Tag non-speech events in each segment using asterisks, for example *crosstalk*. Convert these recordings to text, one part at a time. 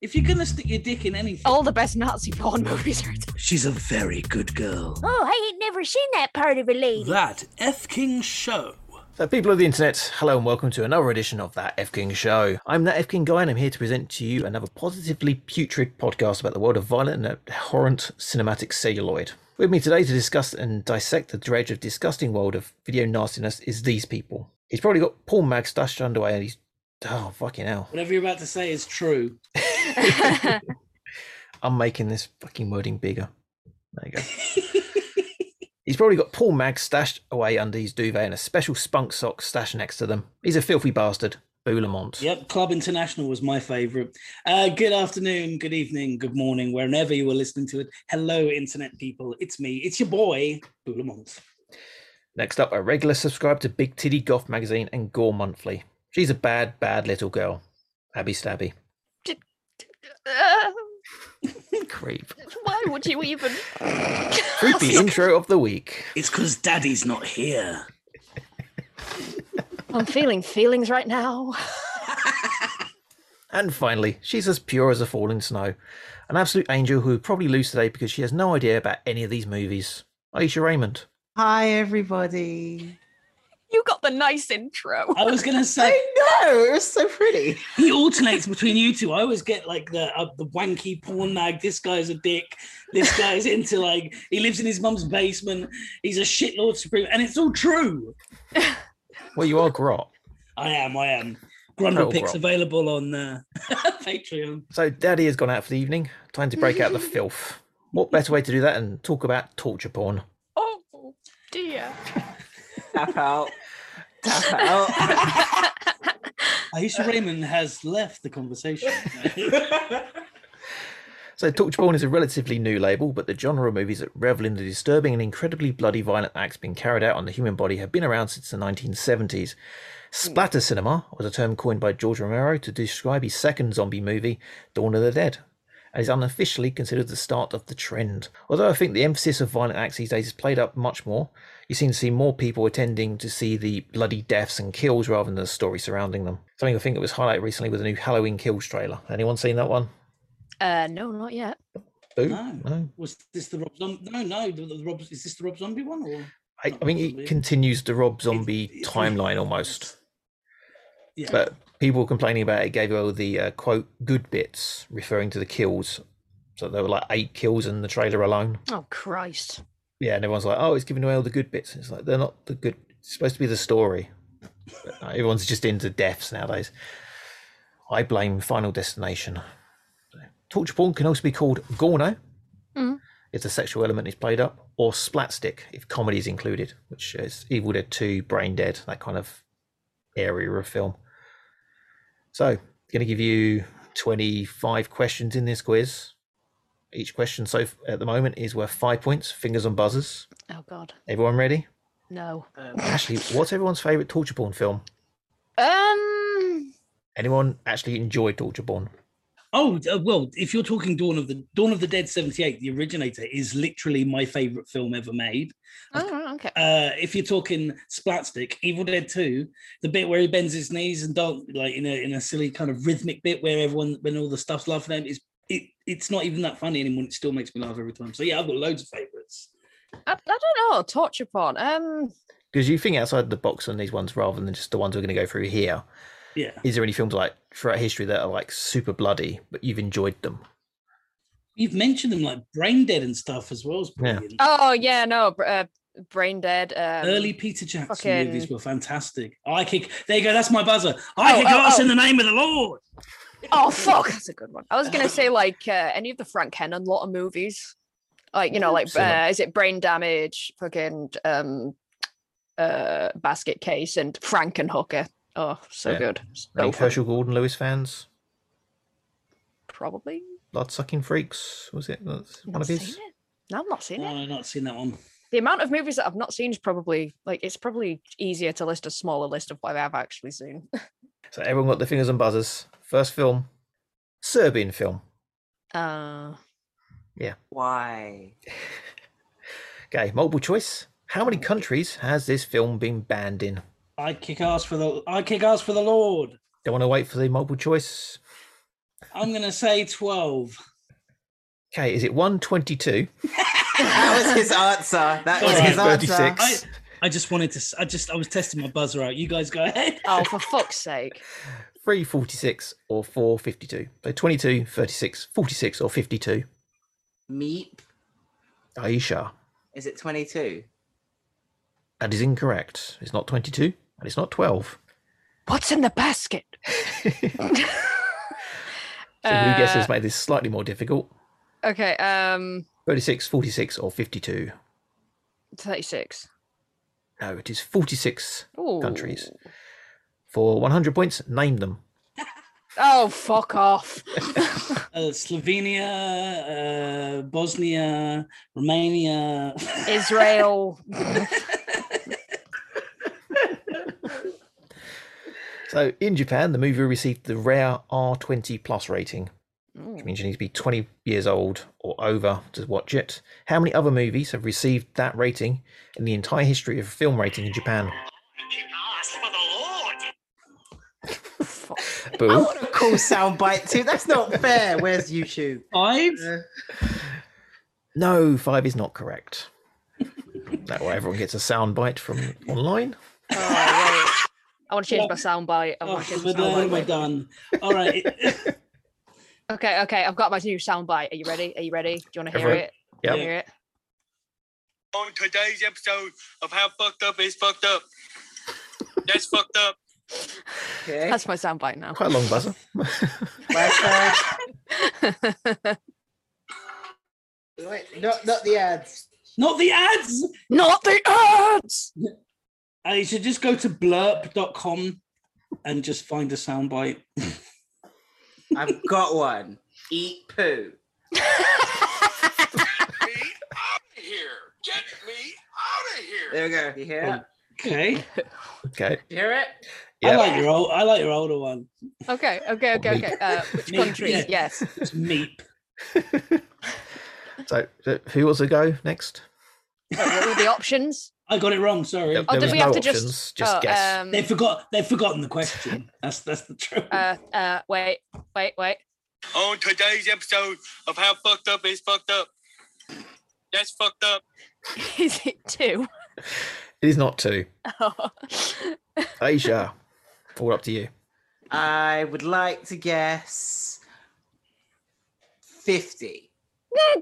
if you're gonna stick your dick in anything, All the best Nazi porn movies are. Oh. she's a very good girl. Oh, I ain't never seen that part of a lady. That F King show. So, people of the internet, hello and welcome to another edition of That F King Show. I'm That F King Guy, and I'm here to present to you another positively putrid podcast about the world of violent and abhorrent cinematic celluloid. With me today to discuss and dissect the dredge of disgusting world of video nastiness is these people. He's probably got Paul Mag stashed underway, and he's oh fucking hell. Whatever you're about to say is true. I'm making this fucking wording bigger. There you go. He's probably got Paul Mag stashed away under his duvet and a special spunk sock stashed next to them. He's a filthy bastard. Boulamont. Yep, Club International was my favourite. Uh, good afternoon, good evening, good morning, wherever you are listening to it. Hello, internet people. It's me. It's your boy, Boulamont. Next up, a regular subscriber to Big Titty Goth magazine and Gore Monthly. She's a bad, bad little girl. Abby Stabby. Uh, Creep. *laughs* why would you even? Creepy intro of the week. It's because Daddy's not here. I'm feeling feelings right now. And finally, she's as pure as a falling snow. An absolute angel who would probably lose today because she has no idea about any of these movies. Aisha Raymond. Hi, everybody. You got the nice intro. I was *laughs* gonna I say know, it was so pretty. he alternates between you two. I always get like the uh, the wanky porn mag. This guy's a dick. This guy's into like he lives in his mum's basement. He's a shitlord supreme, and it's all true. Well, you are Grot. I am. I am. Grundle Oh, pics well. available on uh, *laughs* Patreon. So, Daddy has gone out for the evening. Time to break out the filth. What better way to do that than talk about torture porn? Oh dear. Tap out. Tap *laughs* out. Aisha Raymond has left the conversation. So, torture porn is a relatively new label, but the genre of movies that revel in the disturbing and incredibly bloody violent acts being carried out on the human body have been around since the 1970s. Splatter cinema was a term coined by George Romero to describe his second zombie movie, Dawn of the Dead, and is unofficially considered the start of the trend. Although I think the emphasis of violent acts these days is played up much more, you seem to see more people attending to see the bloody deaths and kills rather than the story surrounding them. Something I think that was highlighted recently with a new Halloween Kills trailer. Anyone seen that one? Uh, no, not yet. Boo? No. no? Was this the Rob Zombie? No, no. The, the Rob, is this the Rob Zombie one? Or I, I mean, Probably. it continues the Rob Zombie it's- timeline almost, yeah. but people complaining about it gave all the uh, quote good bits referring to the kills. So there were like eight kills in the trailer alone. Oh Christ. Yeah, and everyone's like, "Oh, it's giving away all the good bits." It's like they're not the good. It's supposed to be the story. *laughs* But no, everyone's just into deaths nowadays. I blame Final Destination. Torture porn can also be called Gorno, Mm. if the sexual element is played up, or Splatstick, if comedy is included, which is Evil Dead 2, Brain Dead, that kind of area of film. So, going to give you 25 questions in this quiz. Each question so f- at the moment is worth five points, fingers on buzzers. Oh God. Everyone ready? No. Ashley, what's everyone's favourite torture porn film? Um. Anyone actually enjoy torture porn? Oh uh, well, if you're talking Dawn of the Dawn of the Dead '78, the originator is literally my favorite film ever made. oh, okay. Uh, if you're talking Splatstick, Evil Dead 2, the bit where he bends his knees and don't like in a in a silly kind of rhythmic bit where everyone when all the stuff's laughing at him is it it's not even that funny anymore. It still makes me laugh every time. So yeah, I've got loads of favorites. I, I don't know. Torture porn. Um. Because you think outside the box on these ones rather than just the ones we're going to go through here. Yeah, Is there any films like throughout history that are like super bloody, but you've enjoyed them? you've mentioned them like Brain Dead and stuff as well as Yeah. brilliant. Oh yeah. No. br- Uh, brain dead. Um, Early Peter Jackson fucking- movies were fantastic. I kick. There you go. That's my buzzer. I Oh, kick oh, ass oh. in the name of the Lord. Oh fuck, that's a good one. I was *laughs* gonna say like uh, any of the Frank Hennon lot of movies, like you know, like Seen it. uh, is it Brain Damage, fucking um, uh, Basket Case, and Frankenhooker. Oh, so Yeah. good. Any So funny. Herschel Gordon Lewis fans? probably Blood sucking freaks? Was it that's one not of seen his? it. No, I've not seen No, it. I've not seen that one. The amount of movies that I've not seen is probably like it's probably easier to list a smaller list of what I've actually seen. *laughs* So everyone got their fingers on buzzers. First film, Serbian film. Uh, Why? Okay, multiple choice. How many countries has this film been banned in? I kick ass for the. I kick ass for the Lord. Don't want to wait for the multiple choice. I'm gonna say twelve. Okay, is it 122? That was his answer. That was Alright. his answer. 36. I just wanted to. s- I just. I was testing my buzzer out. You guys go ahead. *laughs* Oh, for fuck's sake. 346 or 452. So 22, 36, 46 or 52. Meep. Aisha. Is it 22? That is incorrect. It's not 22 and it's not 12. What's in the basket? so new guesses make this slightly more difficult. Okay, um, 36, 46 or 52. 36. No, it is 46 Ooh. Countries. for 100 points. Name them. Oh, fuck off. Uh, Slovenia, uh, Bosnia, Romania. *laughs* Israel. So in Japan, the movie received the rare R20 plus rating, which Mm. means you need to be 20 years old or over to watch it. How many other movies have received that rating in the entire history of film rating in Japan? *laughs* Fuck. I Oh. Boo. want a cool soundbite too. That's not fair. Where's YouTube? Five. No, five is not correct. that way everyone gets a soundbite from online. Oh, wait. I want to change my soundbite. I Oh, want to change my but then we're soundbite. done. All *laughs* right. Okay, okay, I've got my new soundbite. Are you ready? Are you ready? Do you want to hear Everyone- it? Yep. Hear it? on today's episode of How Fucked Up Is Fucked Up. That's fucked up. Okay. That's my soundbite now. Quite a long buzzer. Where's the- *laughs* Wait, not, not the ads. Not the ads. Not the ads! Uh, you should just go to blurp.com and just find a soundbite. I've got one. Eat poo. *laughs* Get me out of here. Get me out of here. There we go. You hear it? Okay. Okay. You hear it? I Yeah. like your old. I like your older one. okay, okay, okay, okay. Uh, which Me- country? yeah. Yes. It's meep. Oh, *laughs* so, so who wants to go next? *laughs* Wait, what were the options? I got it wrong. Sorry. Yep, Oh, there did was we no have to just- options. just oh, guess. Um, They forgot. They've forgotten the question. That's that's the truth. uh, uh, wait, wait, wait. *laughs* On today's episode of How Fucked Up Is Fucked Up. That's fucked up. Is it two? *laughs* it is not two. Oh. Asia, all up to you. I would like to guess 50. I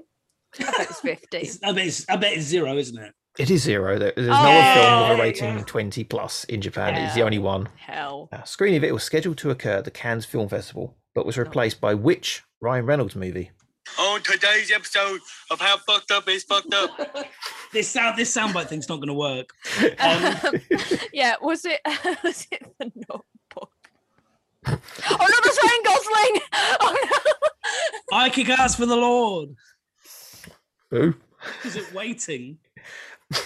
bet it's *laughs* 50. It's- I bet it's. I bet it's zero, isn't it? It is zero. There- There's no Oh, film with a yeah. rating 20 plus in Japan. It's the Yeah. only one. Hell. A screening of it was scheduled to occur at the Cannes Film Festival, but was replaced by which Ryan Reynolds movie? On today's episode of How Fucked Up Is Fucked Up. This sound. This soundbite thing's not going to work. Um, Um, *laughs* yeah, was it *laughs* was it the notebook? oh no, that's Ryan Gosling! *laughs* Oh I kick ass for the Lord. Boo. Is it waiting? no!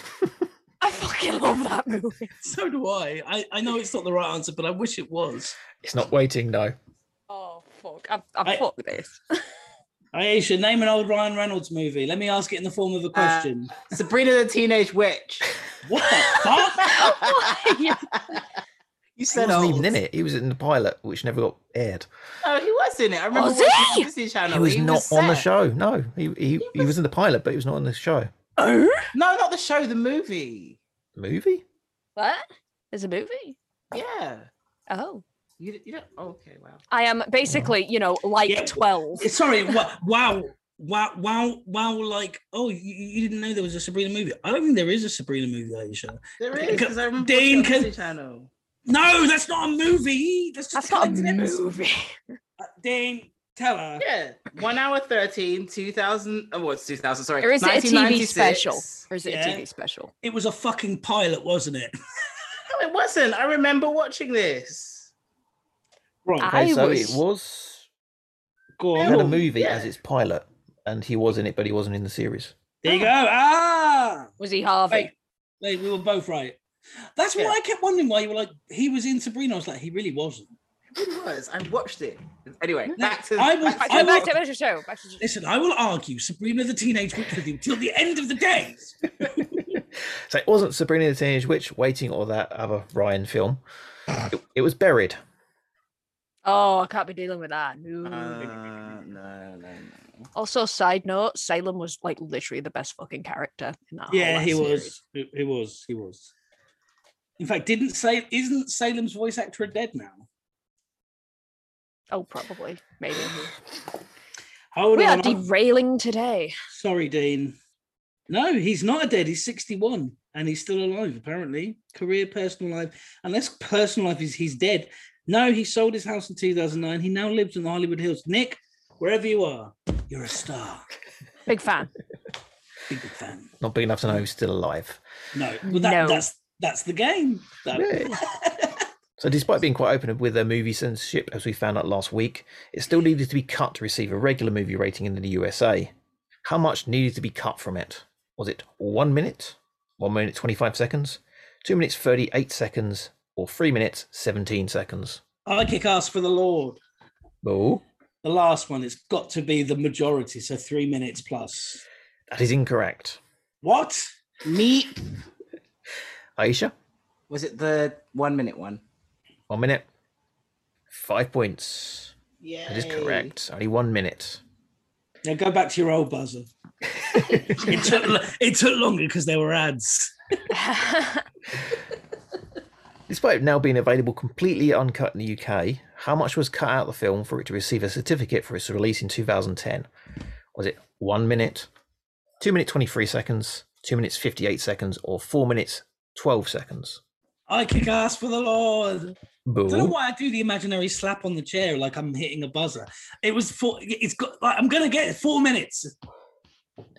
I fucking love that movie. So do I. I. I know it's not the right answer, but I wish it was. It's not waiting, no. Oh fuck. I've, I've I- fucked this. *gasps* Aisha, name an old Ryan Reynolds movie. Let me ask it in the form Uh, of a question. Sabrina the Teenage Witch. *laughs* what the fuck? *laughs* *laughs* Yeah. you He said wasn't old. even in it. He was in the pilot, which never got aired. Oh, he was in it. I remember Was watching he? the Disney Channel. he was not on the set. show. No, he, he, he was in the pilot, but he was not on the show. Oh? No, not the show, the movie. Movie? What? There's a movie? Yeah. Oh. You, you don't. oh, okay, wow. I am basically, you know, like Yeah. 12. Sorry. Wow. Wow. Wow. Wow. Wow. Like, oh, you, you didn't know there was a Sabrina movie. I don't think there is a Sabrina movie, Aisha. There Okay, is, because I remember Dane watching it on can- Disney Channel. No, that's not a movie. That's just That's not a content. movie. Uh, Dane, tell her. Yeah. One hour 13, 2000. Oh, what's 2000? Sorry. Or is it a TV 1996. special? Or is it Yeah. a TV special? It was a fucking pilot, wasn't it? No, it wasn't. I remember watching this. Wrong. I Okay, so was- it was. Go It on. had a Oh, movie yeah. as its pilot, and he was in it, but he wasn't in the series. There you go. Ah. Was he Harvey? Wait, wait, we were both right. That's Yeah. why I kept wondering why you were like, he was in Sabrina. I was like, he really wasn't. It really was. I watched it. Anyway, No, back to. *laughs* I was- back I was- to- back, to, back to the show. Back to the show. Listen, I will argue Sabrina the Teenage Witch with you till the end of the days. So it wasn't Sabrina the Teenage Witch, Waiting, or that other Ryan film. It, it was Buried. Oh, I can't be dealing with that. No. Um, Uh, no, no, no. also, side note, Salem was like literally the best fucking character in that. whole yeah, ass he series. was. He he was. He was. In fact, didn't say isn't Salem's voice actor dead now? Oh, probably, maybe. Hold we are on. I'm- derailing today. Sorry, Dean. No, he's not dead. He's 61 and he's still alive, apparently. Career, personal life. Unless personal life is he's dead. No, he sold his house in 2009. He now lives in the Hollywood Hills. Nick, wherever you are, you're a star. Big *laughs* fan. Big fan. Not big enough to know who's still alive. No, well, that, No. that's that's the game. That- So, despite being quite open with their movie censorship, as we found out last week, it still needed to be cut to receive a regular movie rating in the USA. How much needed to be cut from it? Was it one minute, one minute 25 seconds, two minutes 38 seconds, or three minutes 17 seconds? *laughs* I kick ass for the Lord. Oh, The last one, it's got to be the majority, so three minutes plus. that is incorrect. What? Me Aisha, was it the one minute one? one minute, five points. Yeah, That is *laughs* correct. Only one minute. Now go back to your old buzzer. *laughs* it, took, it took longer because there were ads. Despite it now being available completely uncut in the UK, how much was cut out of the film for it to receive a certificate for its release in 2010? Was it 1 minute, 2 minutes 23 seconds, 2 minutes 58 seconds, or 4 minutes 12 seconds? I kick ass for the Lord. I don't know Boo. why I do the imaginary slap on the chair like I'm hitting a buzzer. It was four. It's got. Like, I'm gonna get it, four minutes.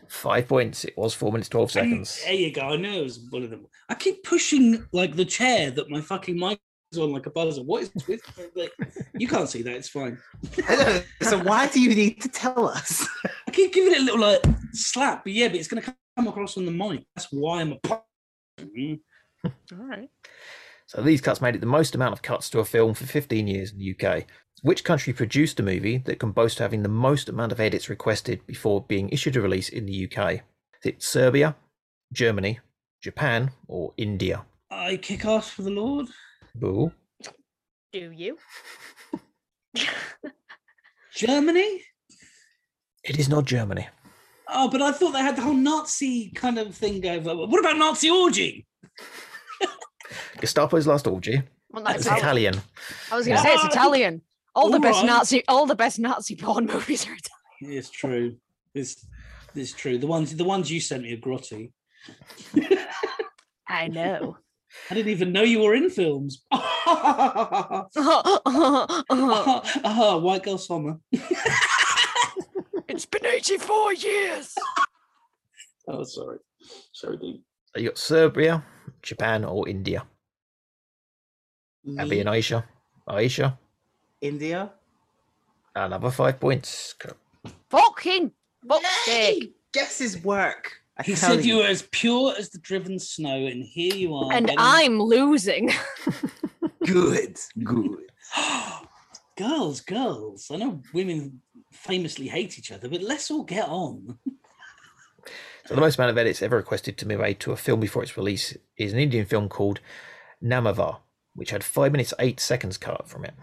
5 points. It was 4 minutes 12 And seconds. There you go. I know it was one of them. I keep pushing like the chair that my fucking mic is on like a buzzer. What is with? Like, you can't see that. It's fine. so why do you need to tell us? I keep giving it a little like slap, but yeah, but it's gonna come across on the mic. That's why I'm a. p- All right. So these cuts made it the most amount of cuts to a film for 15 years in the UK. Which country produced a movie that can boast having the most amount of edits requested before being issued a release in the UK? Is it Serbia, Germany, Japan, or India? I kick ass for the Lord. Boo. Do you? Germany. It is not Germany. Oh, but I thought they had the whole Nazi kind of thing going. What about Nazi orgy? Gestapo's Last Orgy. Well, That's that's- Italian. I was going to *laughs* say it's Why? Italian. All the best Alright. Nazi, all the best Nazi porn *laughs* movies are Italian. It's true. It's it's true. The ones the ones you sent me are grotty. I know. *laughs* I didn't even know you were in films. *laughs* White Girl Summer. *laughs* it's been 84 years. *laughs* Oh, sorry. Sorry, dude. So you got Serbia, Japan, or India. That'd be an Aisha. Aisha, India. another five points. Fucking fuck's sake. Hey, guesses work. I He tell said you were as pure as the driven snow, and here you are. And getting- I'm losing. *laughs* good, good. *gasps* girls, girls. I know women famously hate each other, but let's all get on. So the most amount of edits ever requested to be made to a film before its release is an Indian film called Namavar, which had five minutes eight seconds cut from it.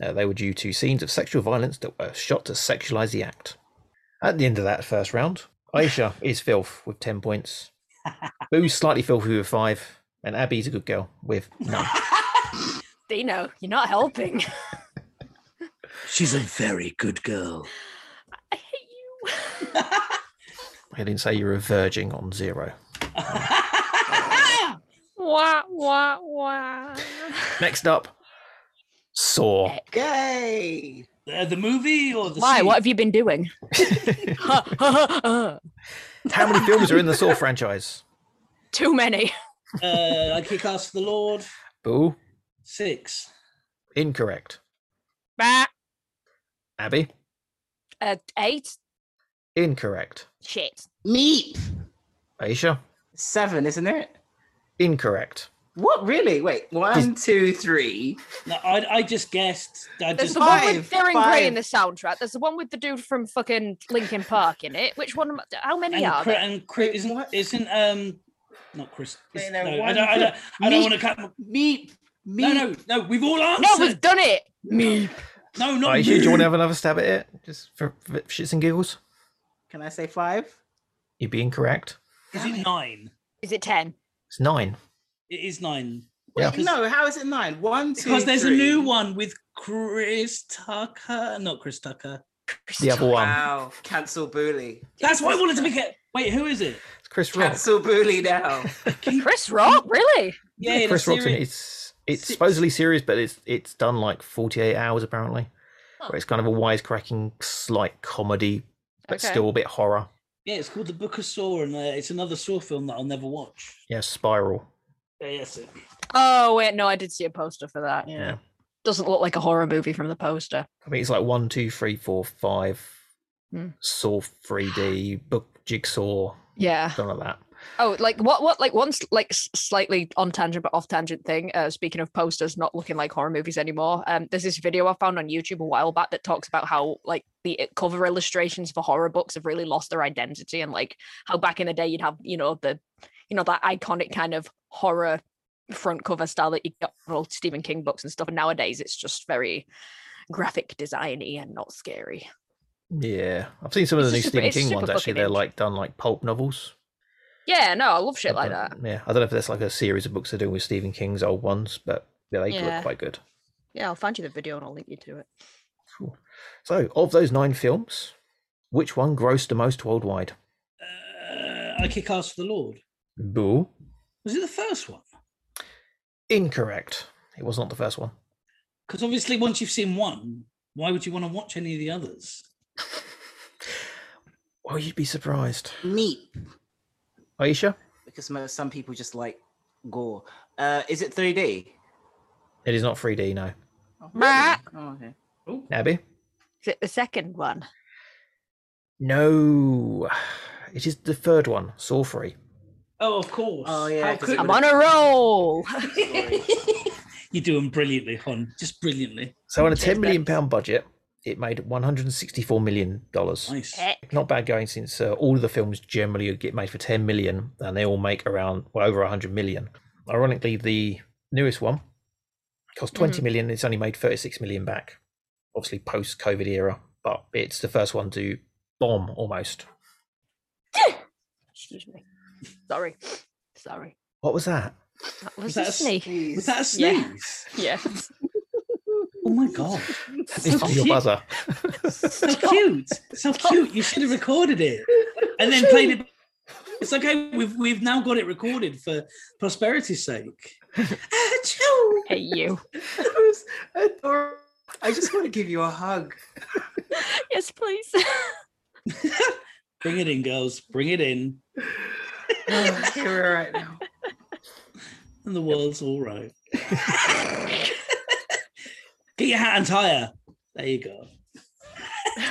Uh, they were due to scenes of sexual violence that were shot to sexualize the act. At the end of that first round, Aisha is filth with ten points. Boo's slightly filthy with five, and Abby's a good girl with none. Dino, you're not helping. I She's a very good girl. hate you. I didn't say you were verging on zero. *laughs* *laughs* Uh, Wah, wah, wah. Next up, Saw. Yay! Uh, the movie or the Why? series? What have you been doing? *laughs* How many films are in the Saw franchise? Too many. uh, I kick ass for the Lord. Boo, Six. incorrect. Bah. Abby, Uh, eight. incorrect. Shit. Meep. Aisha, Seven, isn't it? incorrect. What really? Wait, one, two, three. No, I, I just guessed. I There's just the one with Five, Darren Gray five. in the soundtrack. There's the one with the dude from fucking Linkin Park in it. Which one? am I- How many and, are Chri- there? and Chris isn't What? isn't um not Chris. Chris- No, no, no, I one, don't. I don't, I don't two, want to cut. Meep. Meep. No, no, no. We've all No, we've answered. done it. Me. No, not Right, you, do you moo. want to have another stab at it? Just for, for shits and giggles? Can I say five? You'd be incorrect. Is it nine? Is it 10? It's nine. It is nine. Yeah. Wait, no, how is it nine? One, two, Because there's a new three. one with Chris Tucker. Not Chris Tucker. The other one. Wow, cancel bully. That's why I wanted to make it. Wait, who is it? It's Chris Rock. Cancel bully now. Chris Rock? Really? Yeah, the Chris Rock's in it. series- It's it's Six. supposedly serious, but it's it's done like forty eight hours apparently. Where it's kind of a wisecracking, slight comedy, but Okay. still a bit horror. Yeah, it's called The Book of Saw, and uh, it's another Saw film that I'll never watch. Yeah, Spiral. Yeah, yes, it- Oh, wait, no, I did see a poster for that. Yeah. yeah. Doesn't look like a horror movie from the poster. I mean, it's like one, two, three, four, five. Hmm. Saw three D book jigsaw, Yeah. something like that. Oh, like what? What? Like one, s- like s- slightly on tangent but off tangent thing. Uh, speaking of posters not looking like horror movies anymore, um, there's this video I found on YouTube a while back that talks about how like the i- cover illustrations for horror books have really lost their identity and like how back in the day you'd have you know the, you know that iconic kind of horror front cover style that you get for all Stephen King books and stuff, and nowadays it's just very graphic designy and not scary. Yeah, I've seen some of the It's a new super- Stephen it's King super ones. Actually, fucking they're int- like done like pulp novels. Yeah, no, I love shit I like that. don't- Yeah, I don't know if that's like a series of books they're doing with Stephen King's old ones, but yeah, they Yeah. look quite good. Yeah, I'll find you the video and I'll link you to it. Cool. So, of those nine films, which one grossed the most worldwide? uh, I kick ass for the Lord. Boo. Was it the first one? Incorrect. It was not the first one. Because obviously, once you've seen one, why would you want to watch any of the others? Oh, you'd be surprised. Neat, Aisha, because mo- some people just like gore. Uh, is it 3D? it is not 3D, no. Oh, Meh. Oh, okay. Abby? Is it the second one? No. It is the third one, Saw 3. Oh, of course. Oh, yeah, How 'cause could it I'm on a roll. You're doing brilliantly, Hon. Just brilliantly. So, on a Cheers, 10 million Babs. pound budget, it made 164 million dollars. Nice. Eh. not bad going since uh, all of the films generally get made for 10 million and they all make around well over 100 million ironically the newest one cost 20 Mm-hmm. million it's only made 36 million back obviously post covid era but it's the first one to bomb almost Excuse me. Sorry. Sorry. what was that That was, that a a s- *laughs* sneeze. Was that a Yeah. sneeze? Yes. Oh my god. it's so your cute. buzzer So cute. So cute. You should have recorded it and then played it. It's okay. We've we've now got it recorded for prosperity's sake. *laughs* Achoo! *laughs* Hey you. That was adorable. I just want to give you a hug. Yes, please. Bring it in, girls. Bring it in. Oh, *laughs* here we are right now. *laughs* And the world's all right. *laughs* Get your hat and tire. There you go. *laughs*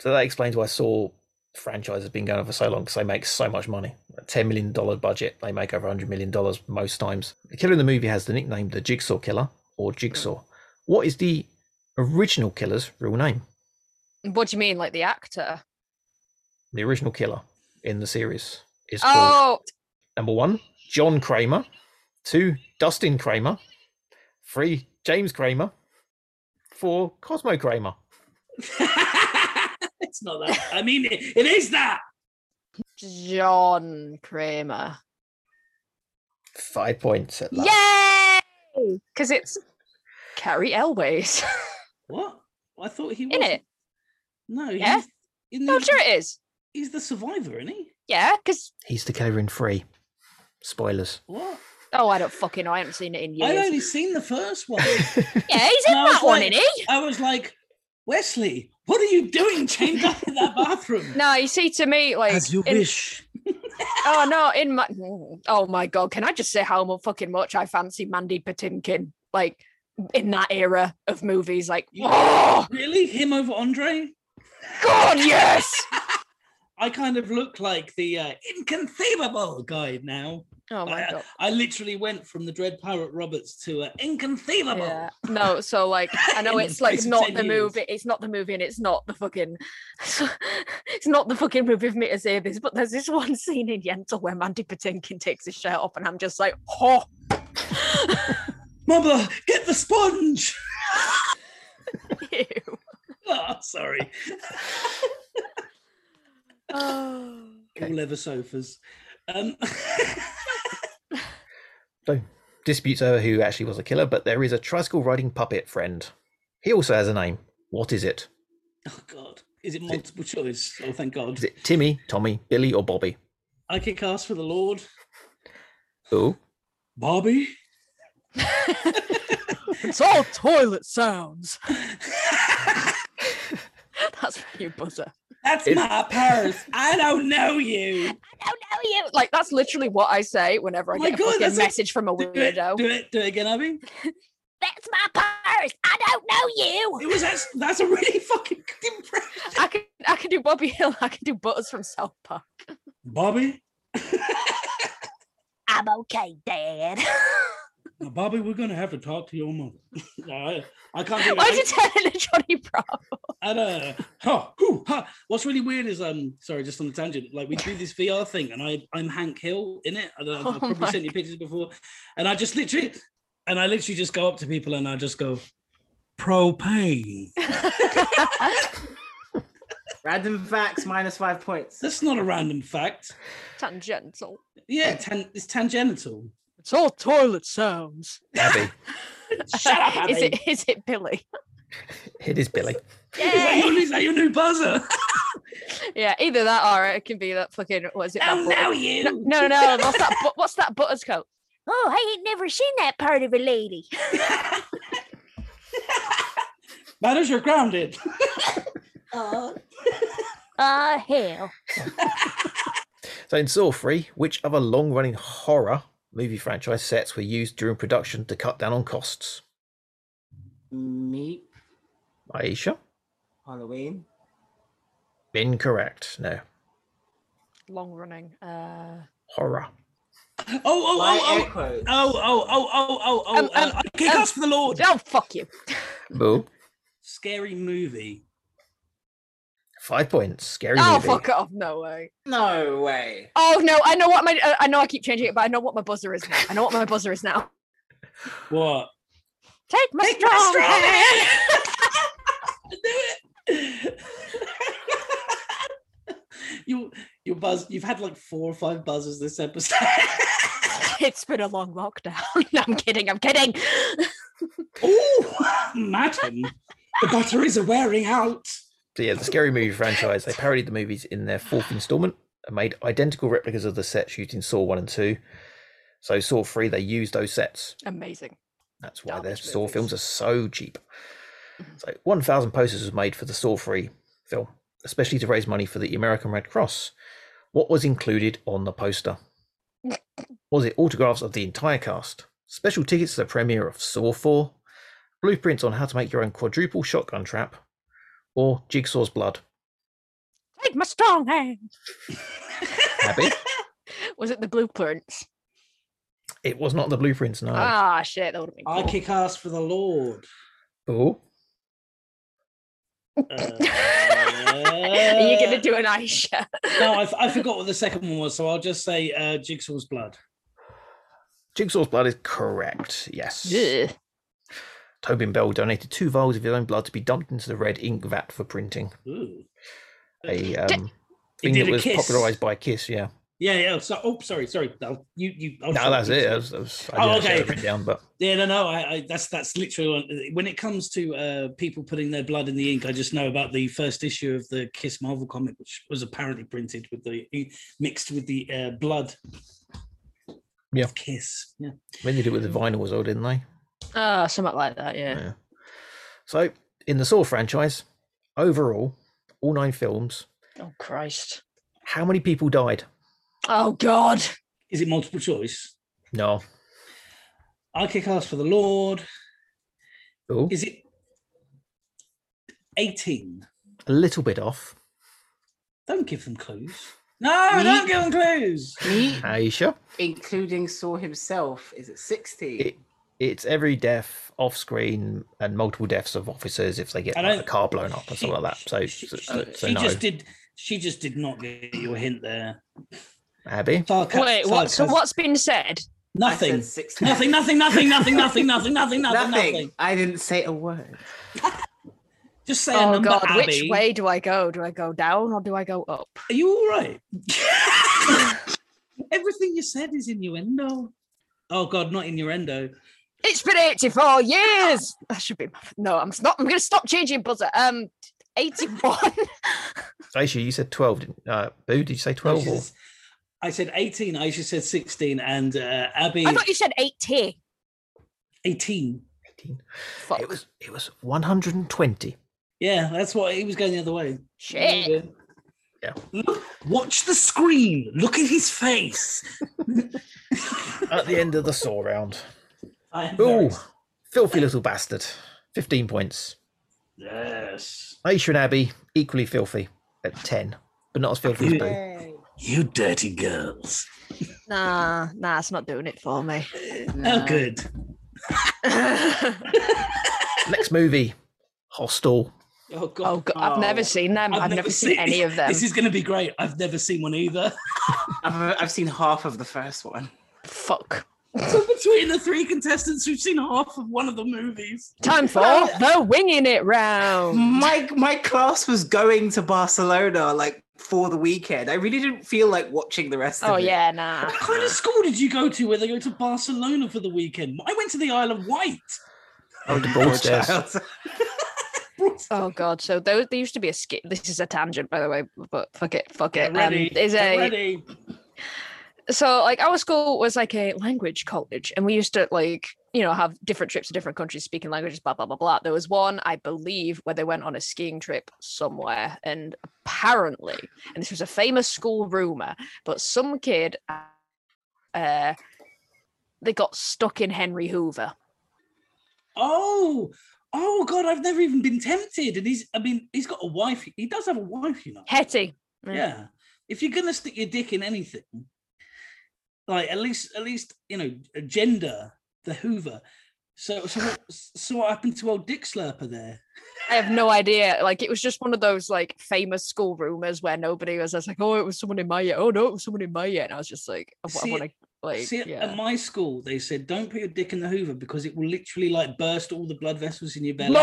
so that explains why saw franchise has been going on for so long because they make so much money a 10 million dollar budget they make over 100 million dollars most times the killer in the movie has the nickname the jigsaw killer or jigsaw what is the original killer's real name what do you mean, like the actor? the original killer in the series is called Oh, number one john kramer two dustin kramer three james kramer four cosmo kramer it's not that. I mean, it, it is that. John Kramer. five points at last Yay! Because it's Carrie *laughs* Elways. What? I thought he was. In it. No. Yeah? He's, isn't No, he- sure it is. He's the survivor, isn't he? Yeah, because he's the killer in three spoilers What? oh, I don't fucking know. I haven't seen it in I'd years. only seen the first *laughs* one. Yeah, he's in No, I was that one, like- isn't he? I was like, Wesley, what are you doing chained up in that bathroom? No, you see, to me, like As you in- wish. Oh no! In my oh my god, can I just say how mu- fucking much I fancy Mandy Patinkin? Like in that era of movies, like You- oh Really? Him over Andre? god, yes! I kind of look like the uh, inconceivable guy now. Oh I, my uh, god, I literally went from the Dread Pirate Roberts to uh, inconceivable. yeah. No, so like I *laughs* know In the it's like space of not 10 the years. movie, it's not the movie, and it's not the fucking, *laughs* it's not the fucking movie for me to say this, but there's this one scene in Yentl where Mandy Patinkin takes his shirt off, and I'm just like, oh, *laughs* Mama, get the sponge. Ew. Oh, sorry. Oh. Okay. All leather sofas. Um, *laughs* Disputes over who actually was the killer, but there is a tricycle riding puppet friend. He also has a name. What is it? oh God, is it multiple choice? Oh, thank God. Is it Timmy, Tommy, Billy, or Bobby? I can cast for the Lord. Oh, Bobby. *laughs* It's all toilet sounds. *laughs* That's you buzzer. *laughs* That's It- my purse. I don't know you. I don't know you. "Oh, Like that's literally what I say whenever I Oh my get God, a fucking that's a- message from a Do it, weirdo. do it, do it again, *laughs* Abby. That's my purse. I don't know It you. was that's that's a really fucking good impression. I can I can do Bobby Hill. I can do Butters from South Park. Bobby, I'm okay, Dad. *laughs* Now, Bobby, we're gonna have to talk to your mother. *laughs* I, I can't. *laughs* do Why it. did you turn into Johnny Bravo? I don't know. Huh, whew, huh. What's really weird is um sorry, just on the tangent, like we do this VR thing and I I'm Hank Hill in it. I don't know, Oh I've probably my sent you pictures before. And I just literally and I literally just go up to people and I just go, propane. Random facts minus five points. That's not a random fact. Tangential. *laughs* Yeah, tan- it's tangential. It's all toilet sounds. Abby. *laughs* Shut up, Abby. is it is it Billy? it is Billy. Is that your, is that your new buzzer? Yeah, either that or it can be that fucking what is it? that Oh butter- no, you no, no, what's that bu- what's that butters coat? Oh, I ain't never seen that part of a lady. Matters, you're grounded. Oh. Uh, hell. So in Saw 3, which other long running horror movie franchise sets were used during production to cut down on costs? Meep. Aisha? Halloween. Incorrect. No. Long running. Uh Horror. Oh, oh, Why air oh, oh. quotes? Oh, oh, oh, oh, oh, oh. Um, uh, um, kick um, us for the Lord. oh fuck you. Oh, Scary movie. five points. Scary Oh movie. fuck off, no way. No way. Oh no, I know what my uh, I know I keep changing it, but I know what my buzzer is now. I know what my buzzer is now. What? Take my Take strong, my strong hand. *laughs* you you buzz you've had like four or five buzzers this *laughs* episode. It's been a long lockdown. *laughs* No, I'm kidding, I'm kidding. *laughs* oh madam. The batteries are wearing out. So yeah, the scary movie franchise. They parodied the movies in their fourth installment and made identical replicas of the sets used in Saw 1 and 2. So Saw 3, they used those sets. Amazing. That's why their Garbage Saw movies. films are so cheap. So 1,000 posters was made for the Saw 3 film, especially to raise money for the American Red Cross. What was included on the poster? Was it autographs of the entire cast, special tickets to the premiere of Saw 4, blueprints on how to make your own quadruple shotgun trap, or Jigsaw's blood? Take my strong hand. Abby? Was it the blueprints? it was not the blueprints, no. Ah shit, that would have been Oh. I cool. kick ass for the *laughs* Lord. Oh, *laughs* Are you *laughs* gonna Uh, do an Aisha? No, I, f- I forgot what the second one was, so I'll just say uh, Jigsaw's Blood. Jigsaw's blood is correct, yes. Yeah. Tobin Bell donated two vials of his own blood to be dumped into the red ink vat for printing. Ooh. a Okay. um, He thing did that a was kiss. popularized by Kiss. Yeah, Yeah, yeah. So, oh, sorry, sorry. No, you, you. oh, no, sorry, that's you- it. That was, that was, I Oh, didn't actually have okay. it written down, but Yeah, no, no. I, I that's that's literally one- when it comes to uh, people putting their blood in the ink. I just know about the first issue of the Kiss Marvel comic, which was apparently printed with the mixed with the uh, blood. Yeah. of Kiss. Yeah. when they did it with the vinyl as well, didn't they? Ah, something like that, yeah. Yeah. So in the Saw franchise, overall, all nine films, Oh Christ. how many people died? Oh God. Is it multiple choice? No. I kick ass for the Lord. Oh, Is it eighteen? a little bit off. Don't give them clues. No, don't give them clues. Meep, Aisha, including Saw himself, is at 60. it, it's every death off screen and multiple deaths of officers if they get I like, a don't- car blown up or She- something like that. So, she, so, she- uh, so- so she no. just did. She just did not get your hint there. Abby, Sarca- Wait, what? So sarcasm. what's been said? I said Nothing. 60. Nothing. Nothing. Nothing. Nothing. Nothing. Nothing. Nothing. Nothing. nothing. Nothing. I didn't say a word. Just say a Oh number, god, Abby. which way do I go? Do I go down or do I go up? Are you all *laughs* right? Everything you said is innuendo. Oh God, not innuendo. It's been 84 years. That should be my, no, I'm not I'm gonna stop changing buzzer. Um 81. Aisha, you said 12, didn't uh, Boo, did you say 12? Or? Aisha's- I said 18. Aisha said 16, and uh, Abby *laughs* I thought you said 80. 18. 18. Fuck. It was, it was 120. Yeah, that's what he was going the other way. Shit. Yeah. Look, watch the screen. Look at his face. At the end of the saw *laughs* round. I am Ooh, very- filthy little bastard. 15 points. Yes. Aisha and Abby, equally filthy at 10, but not as filthy as *laughs* Boo. You dirty girls. Nah, nah, it's not doing it for me. *laughs* Oh, good. oh Next movie, Hostel. Oh God. god, I've never seen them. I've, never, seen, any of them. This is going to be great. I've never seen one either. *laughs* I've, I've seen half of the first one. Fuck. So between the three contestants, we've seen half of one of the movies. Time for Oh. the winging it round. My my class was going to Barcelona like for the weekend. I really didn't feel like watching the rest Oh of it. yeah, nah. What kind of school did you go to where they go to Barcelona for the weekend? I went to the Isle of Wight. Oh, the *laughs* Poor broad stairs. child. *laughs* Oh god, so there, there used to be a skit. This is a tangent, by the way, but fuck it, fuck Get it. ready. Um, is get a ready. so like our school was like a language college, and we used to like you know have different trips to different countries speaking languages, blah blah blah blah. There was one I believe where they went on a skiing trip somewhere, and apparently, and this was a famous school rumor, but some kid, uh, they got stuck in Henry Hoover. Oh, oh God, I've never even been tempted. And he's, I mean, he's got a wife. He does have a wife, you know. Hetty. Yeah. If you're gonna stick your dick in anything, like at least, at least you know, a gender, the Hoover. So, so what, so what happened to old Dick Slurper there? I have no idea. Like it was just one of those like famous school rumors where nobody was just like, oh, it was someone in my year. Oh no, it was someone in my year. And I was just like, I, See, want to like, See, at yeah. my school, they said don't put your dick in the Hoover because it will literally like burst all the blood vessels in your *laughs* belly.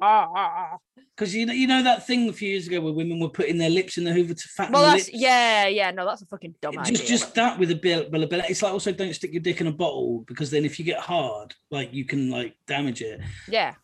well, Because you know, you know that thing a few years ago where women were putting their lips in the Hoover to fatten the that's lips. yeah, Oh yeah. No, that's a fucking dumb It- idea. just just that with a bit, but a bit. It's like also don't stick your dick in a bottle because then if you get hard, like you can like damage it. yeah,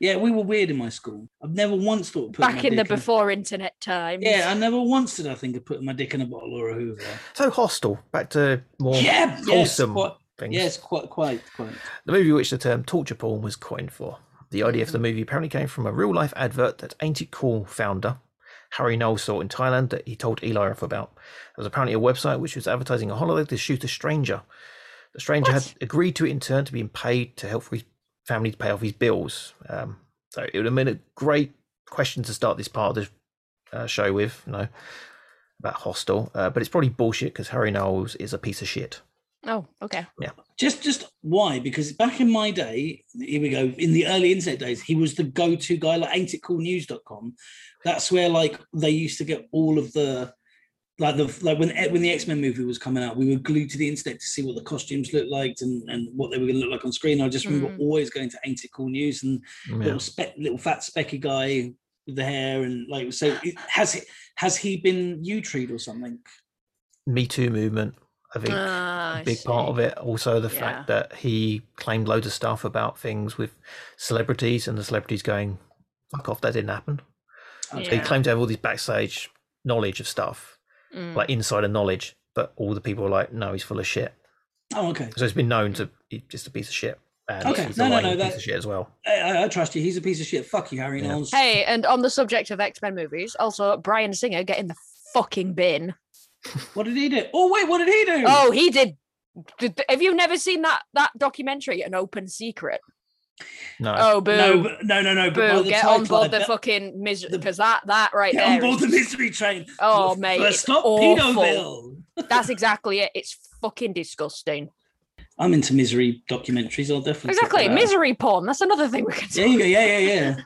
Yeah, we were weird in my school. I've never once thought of putting back my in the dick a- before internet times. yeah, I never once did I think of putting my dick in a bottle or a Hoover. So, Hostel, back to more yeah, wholesome Yes, quite, things. yes, quite, quite, quite. The movie which the term torture porn was coined for. The idea for the movie apparently came from a real life advert that Ain't It Cool founder Harry Knowles saw in Thailand that he told Eli off about. There was apparently a website which was advertising a holiday to shoot a stranger. The stranger had agreed to it in turn to being paid to help for his family to pay off his bills. Um, so it would have been a great question to start this part of the uh, show with, you know, about Hostel. Uh, but it's probably bullshit because Harry Knowles is a piece of shit. Oh, okay. Just, just why? Because back in my day, here we go, in the early internet days, he was the go-to guy. Like, ain't it cool news.com. That's where like they used to get all of the, like the like when when the X Men movie was coming out, we were glued to the internet to see what the costumes looked like and and what they were going to look like on screen. I just remember Mm. always going to ain't it cool news and Yeah. little speck, little fat specky guy with the hair and like so. It, has he- has he been you treed or something? Me Too movement, I think. Ah, I big part see. of it. Also, the Yeah. fact that he claimed loads of stuff about things with celebrities, and the celebrities going, "Fuck off, that didn't happen." So he Yeah. claimed to have all these backstage knowledge of stuff, Mm. like insider knowledge, but all the people are like, "No, he's full of shit." Oh, okay. So it's been known Mm. to he's just a piece of shit, and Okay, he's no, a no, lying no, piece that- of shit as well. I, I, I trust you. He's a piece of shit. Fuck you, Harry Yeah. Knowles. Hey, and on the subject of X Men movies, also Brian Singer get in the fucking bin. What did he do? Oh wait, what did he do? Oh, he did. did- Have you never seen that that documentary, An Open Secret? No, Oh, boo, no, but, no, no, no. But by boo! the Get title, on board I the bet- fucking misery the- because that that right Get on there. board is- the mystery train. Oh, First mate, it's stop, awful. Pedoville. That's exactly it. It's fucking disgusting. I'm into misery documentaries. I'll definitely check Exactly, that out. misery porn. That's another thing we can. Yeah, do. you go. Yeah, yeah, *laughs* yeah.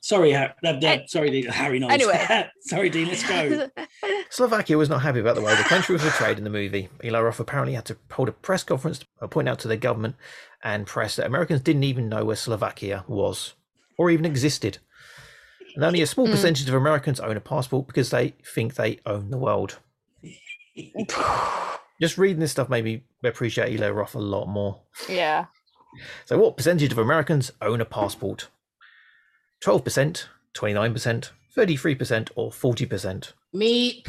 Sorry, Harry. sorry, Dean. Harry Knowles. Eh. Anyway. *laughs* sorry, Dean. Let's go. *laughs* Slovakia was not happy about the way the country was portrayed in the movie. Eli Roth apparently had to hold a press conference to point out to their government and press that Americans didn't even know where Slovakia was. or even existed. And only a small Mm. percentage of Americans own a passport because they think they own the world. Just reading this stuff made me appreciate Eli Roth a lot more. Yeah. So, what percentage of Americans own a passport? 12%, 29%, 33%, or 40%? Me.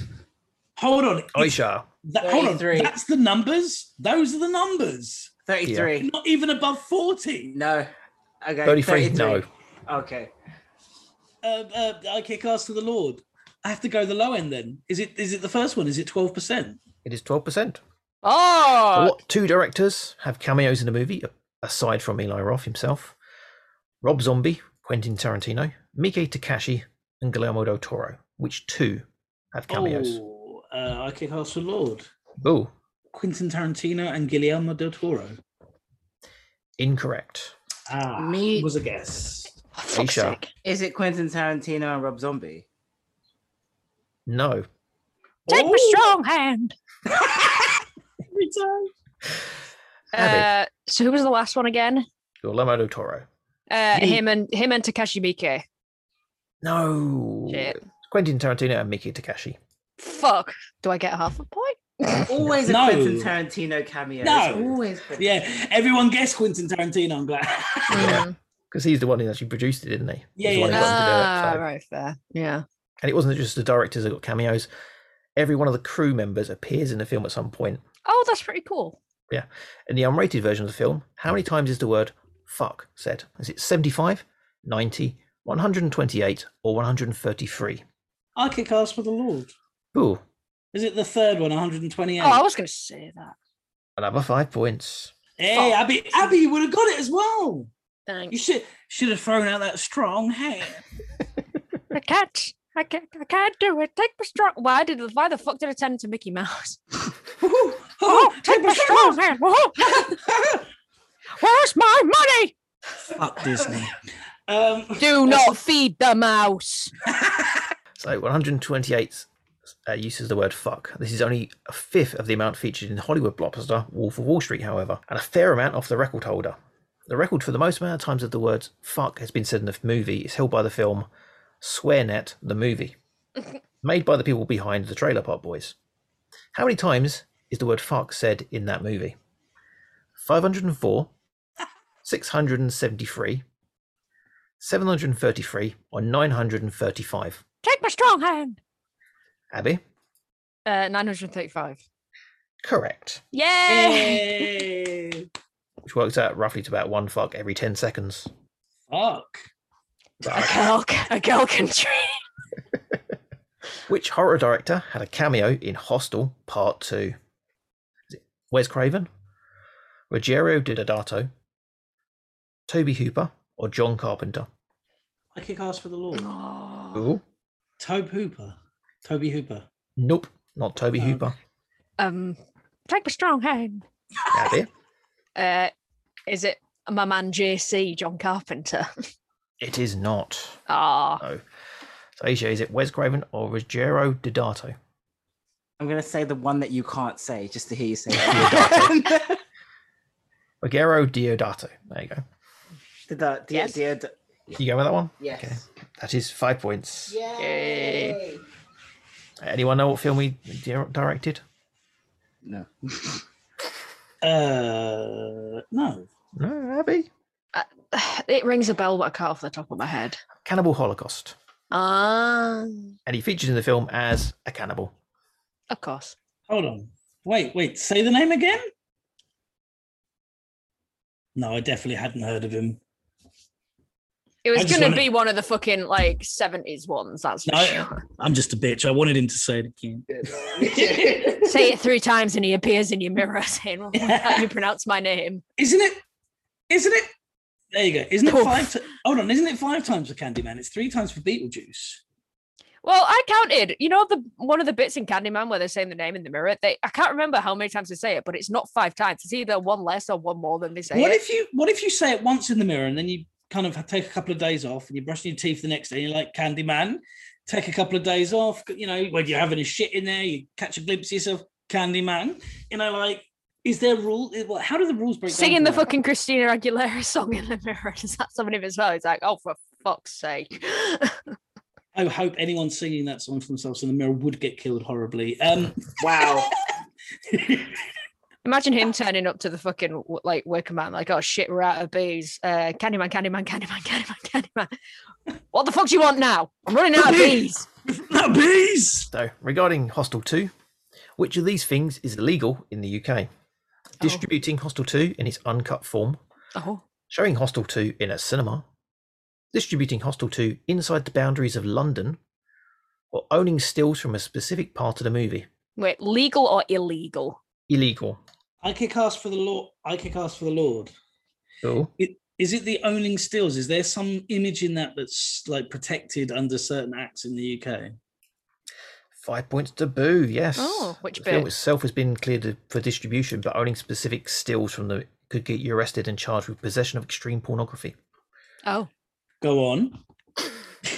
Hold on. Aisha. That, hold on. 33. That's the numbers. Those are the numbers. 33. Not even above 40. No. Okay. 33? No. Okay. Uh, uh, I kick ass to the Lord. I have to go the low end then. Is it is it the first one? Is it 12%? It is 12%. So Oh, what two directors have cameos in the movie a- aside from Eli Roth himself? Rob Zombie, Quentin Tarantino, Mike Takashi, and Guillermo del Toro. Which two have cameos? Oh, uh, I kick ass to the Lord. Oh, Quentin Tarantino and Guillermo del Toro. incorrect. Ah, Me- was a guess. for fuck's Aisha. sake. Is it Quentin Tarantino and Rob Zombie? No. Oh, Take my strong hand. Abby, Uh, so who was the last one again? Guillermo del Toro. Uh, Me. him and him and Takashi Miike. No. Shit. Quentin Tarantino and Mike Takashi. Fuck. Do I get half a point? Always a *laughs* No. Quentin Tarantino cameo. It's No. always Quentin. Yeah, everyone guessed Quentin Tarantino. I'm glad. Yeah. Because he's the one who actually produced it, didn't he? Yeah, He's the yeah. one who wanted to do it, Ah, so- right, fair. Yeah. And it wasn't just the directors that got cameos. Every one of the crew members appears in the film at some point. Oh, that's pretty cool. In the unrated version of the film, how many times is the word fuck said? Is it 75, 90, 128, or 133? *laughs* I kick ass for the Lord. Ooh, Is it the third one? 128. Oh, I was going to say that. another five points. hey, Abby, Abby, you would have got it as well. You Thanks. should should have thrown out that strong hand. I can't. I can't. I can't do it. Take my strong. Why did? Why the fuck did I turn into Mickey *laughs* Mouse? Oh, take my strong hand. Whoa. *laughs* Where's my money? Fuck Disney. Um, Do not feed the mouse. So 128 uh, uses the word fuck. This is only a fifth of the amount featured in the Hollywood blockbuster Wolf of Wall Street, however, and a fair amount off the record holder. The record for the most amount of times that the word fuck has been said in the movie is held by the film Swearnet, the movie, made by the people behind the Trailer Park Boys. How many times is the word fuck said in that movie? 504, 673, 733, or 935? Take my strong hand. Abby? Uh, nine hundred thirty-five. Correct. Yay! hey, Which works out roughly to about one fuck every 10 seconds. *laughs* fuck. A But girl, c- a girl can dream. *laughs* Which horror director had a cameo in Hostel Part 2? Is it Wes Craven? Rogério Diodato? Toby Hooper? Or John Carpenter? I kick ass for the Lord. Ooh. Tobe Hooper. Toby Hooper. Nope, not Toby Oh. Hooper. Um, Take my strong hand. Abby? uh, is it my man JC John Carpenter? *laughs* It is not. Ah, *sighs* No. So, Aisha, is it Wes Craven or Rogério Diodato? I'm gonna say the one that you can't say just to hear *laughs* you say Diodato. it. Rogério Diodato. There you go. the, the, *laughs* the, Yes. the, the, You go with that one? yes. That is five points. Yay. Anyone know what film we di- directed? No. Uh, no. No, Abby. it rings a bell, but I can't off the top of my head. Cannibal Holocaust. Ah, And he featured in the film as a cannibal. of course. Hold on. Wait, wait. Say the name again. No, I definitely hadn't heard of him. It I was just gonna wanna- be one of the fucking like seventies ones. That's for No. sure. I'm just a bitch. I wanted him to say it *laughs* again. Say it three times, and he appears in your mirror *laughs* saying, well, "How do you pronounce my name?" Isn't it? Isn't it? There you go. Isn't it Poof. five? T- hold on. Isn't it five times for Candyman? It's three times for Beetlejuice. Well, I counted. You know the one of the bits in Candyman where they're saying the name in the mirror. They I can't remember how many times they say it, but it's not five times. It's either one less or one more than they say What it. if you? What if you say it once in the mirror and then you kind of take a couple of days off and you're brushing your teeth the next day? And you're like Candyman. Take a couple of days off. You know, when you're having a shit in there, you catch a glimpse of yourself, Candyman. You know, like. Is there rule? is- what- How do the rules break? down Singing for the that? *laughs* fucking Christina Aguilera song in the mirror. Is that something of as well? It's like, oh, for fuck's sake. *laughs* I Oh, hope anyone singing that song for themselves in the mirror would get killed horribly. Um, *laughs* Wow. Imagine him turning up to the fucking w- like Wicker Man, like, oh shit, we're out of bees. Uh, Candyman, Candyman, Candyman, Candyman, Candyman. What the fuck do you want now? I'm running out of *laughs* bees. that bees. So, regarding Hostel 2, which of these things is illegal in the UK? Oh. Distributing Hostel 2 in its uncut form, Oh, showing Hostel 2 in a cinema, distributing Hostel 2 inside the boundaries of London, or owning stills from a specific part of the movie. wait, legal or illegal? *laughs* Illegal. I kick ass for the Lord. I kick ass for the Lord. Cool. Is it the owning stills? Is there some image in that that's like protected under certain acts in the UK? Five points to Boo, yes. Oh, which the film bit? itself has been cleared for distribution, but owning specific stills from the could get you arrested and charged with possession of extreme pornography. Oh, Go on. Uh,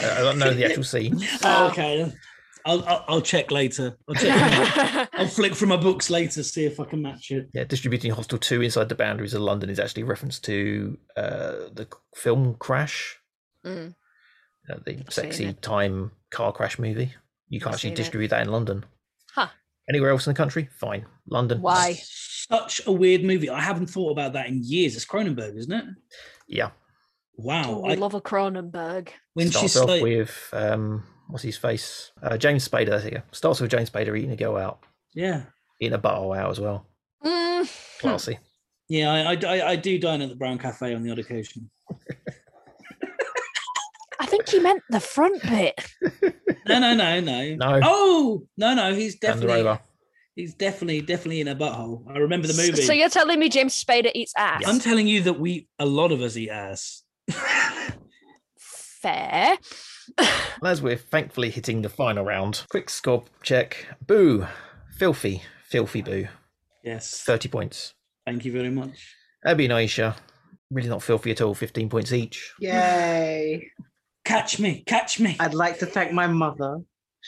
I don't know the *laughs* actual scene. Oh, Oh. okay. I'll, I'll I'll check later. I'll, check *laughs* Oh, I'll flick from my books later, see if I can match it. Yeah, distributing Hostel 2 inside the boundaries of London is actually a reference to uh, the c- film Crash, Mm. you know, the I've seen sexy it. time car crash movie. You can't I've actually seen it. distribute that in London. Huh. Anywhere else in the country? Fine. London. why? Such a weird movie. I haven't thought about that in years. It's Cronenberg, isn't it? Yeah. Wow. Oh, I, I love a Cronenberg. when Starts she's off like, with, um, what's his face? Uh, James Spader. There you go. Starts with James Spader eating a girl out, yeah, eating a butter out as well. Mm. Hmm, Classy. yeah. I, I- I I do dine at the Brown Cafe on the odd occasion. I think he meant the front bit. No, no, no, no. No. Oh no, no. He's Hand her definitely over. he's definitely definitely in a butthole. I remember the S- movie. So you're telling me James Spader eats ass? I'm telling you that we a lot of us eat ass. Fair. And as we're thankfully hitting the final round, quick score check. Boo. Filthy. Filthy boo. Yes. 30 points. Thank you very much. Abby and Aisha. Really not filthy at all. 15 points each. *laughs* Yay. Catch me, catch me. I'd like to thank my mother.